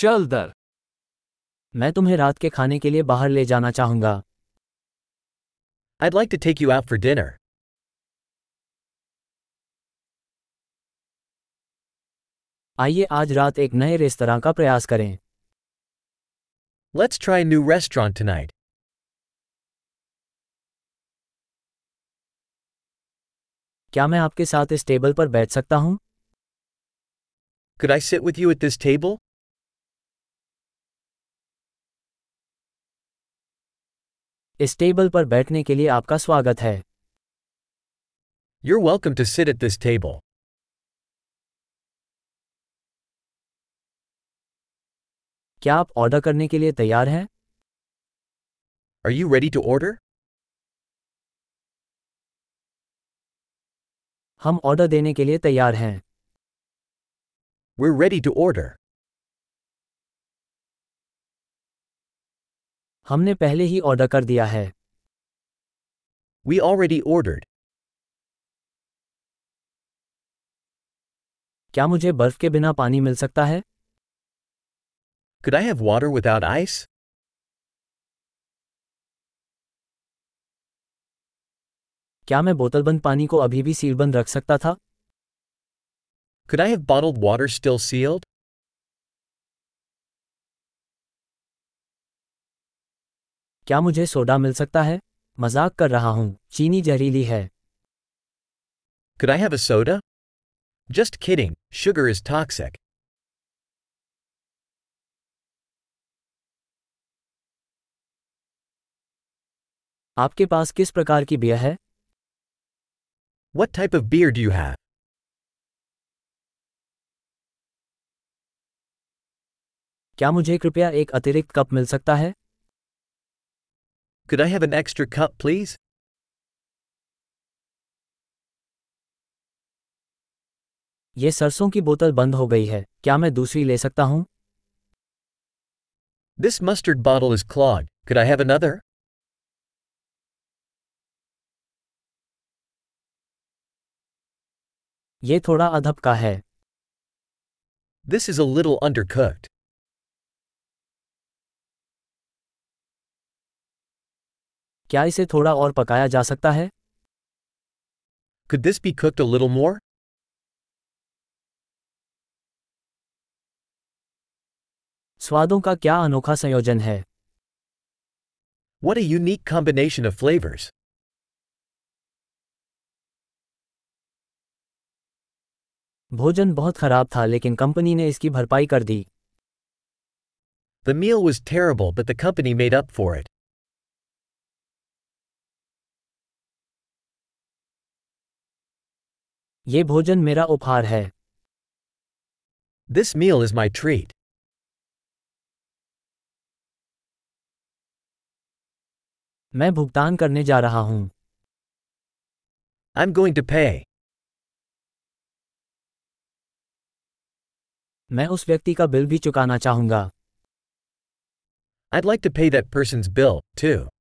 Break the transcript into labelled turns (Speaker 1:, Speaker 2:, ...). Speaker 1: चल दर
Speaker 2: मैं तुम्हें रात के खाने के लिए बाहर ले जाना चाहूंगा
Speaker 3: I'd like to take you out for dinner.
Speaker 2: आइए आज रात एक नए रेस्तरा का प्रयास करें
Speaker 3: Let's try a new restaurant tonight.
Speaker 2: क्या मैं आपके साथ इस टेबल पर बैठ सकता हूँ
Speaker 3: Could I sit with you at this table?
Speaker 2: इस टेबल पर बैठने के लिए आपका स्वागत है
Speaker 3: You're welcome to sit at this table.
Speaker 2: क्या आप ऑर्डर करने के लिए तैयार हैं
Speaker 3: Are you ready to order?
Speaker 2: हम ऑर्डर देने के लिए तैयार हैं
Speaker 3: We're ready to order.
Speaker 2: हमने पहले ही ऑर्डर कर दिया है
Speaker 3: We already ordered.
Speaker 2: क्या मुझे बर्फ के बिना पानी मिल सकता है
Speaker 3: Could I have water without ice?
Speaker 2: क्या मैं बोतलबंद पानी को अभी भी सीलबंद रख सकता था
Speaker 3: Could I have bottled water still sealed?
Speaker 2: क्या मुझे सोडा मिल सकता है मजाक कर रहा हूँ चीनी जहरीली है
Speaker 3: Could I have a soda? Just kidding, sugar is toxic.
Speaker 2: आपके पास किस प्रकार की बियर है
Speaker 3: What type of beer do you have?
Speaker 2: क्या मुझे कृपया एक अतिरिक्त कप मिल सकता है
Speaker 3: Could I have an extra cup, please?
Speaker 2: ये सरसों की बोतल बंद हो गई है क्या मैं दूसरी ले सकता हूँ
Speaker 3: This mustard bottle is clogged. Could I have another?
Speaker 2: ये थोड़ा अधब का है
Speaker 3: This is a little undercooked.
Speaker 2: क्या इसे थोड़ा और पकाया जा सकता है
Speaker 3: Could this be cooked a little more?
Speaker 2: स्वादों का क्या अनोखा संयोजन है
Speaker 3: What a unique combination of flavors.
Speaker 2: भोजन बहुत खराब था लेकिन कंपनी ने इसकी भरपाई कर दी
Speaker 3: The meal was terrible, but the company made up for it.
Speaker 2: ये भोजन मेरा उपहार है
Speaker 3: This meal is my treat.
Speaker 2: मैं भुगतान करने जा रहा हूँ
Speaker 3: I'm going to pay.
Speaker 2: मैं उस व्यक्ति का बिल भी चुकाना चाहूंगा
Speaker 3: I'd like to pay that person's bill, too.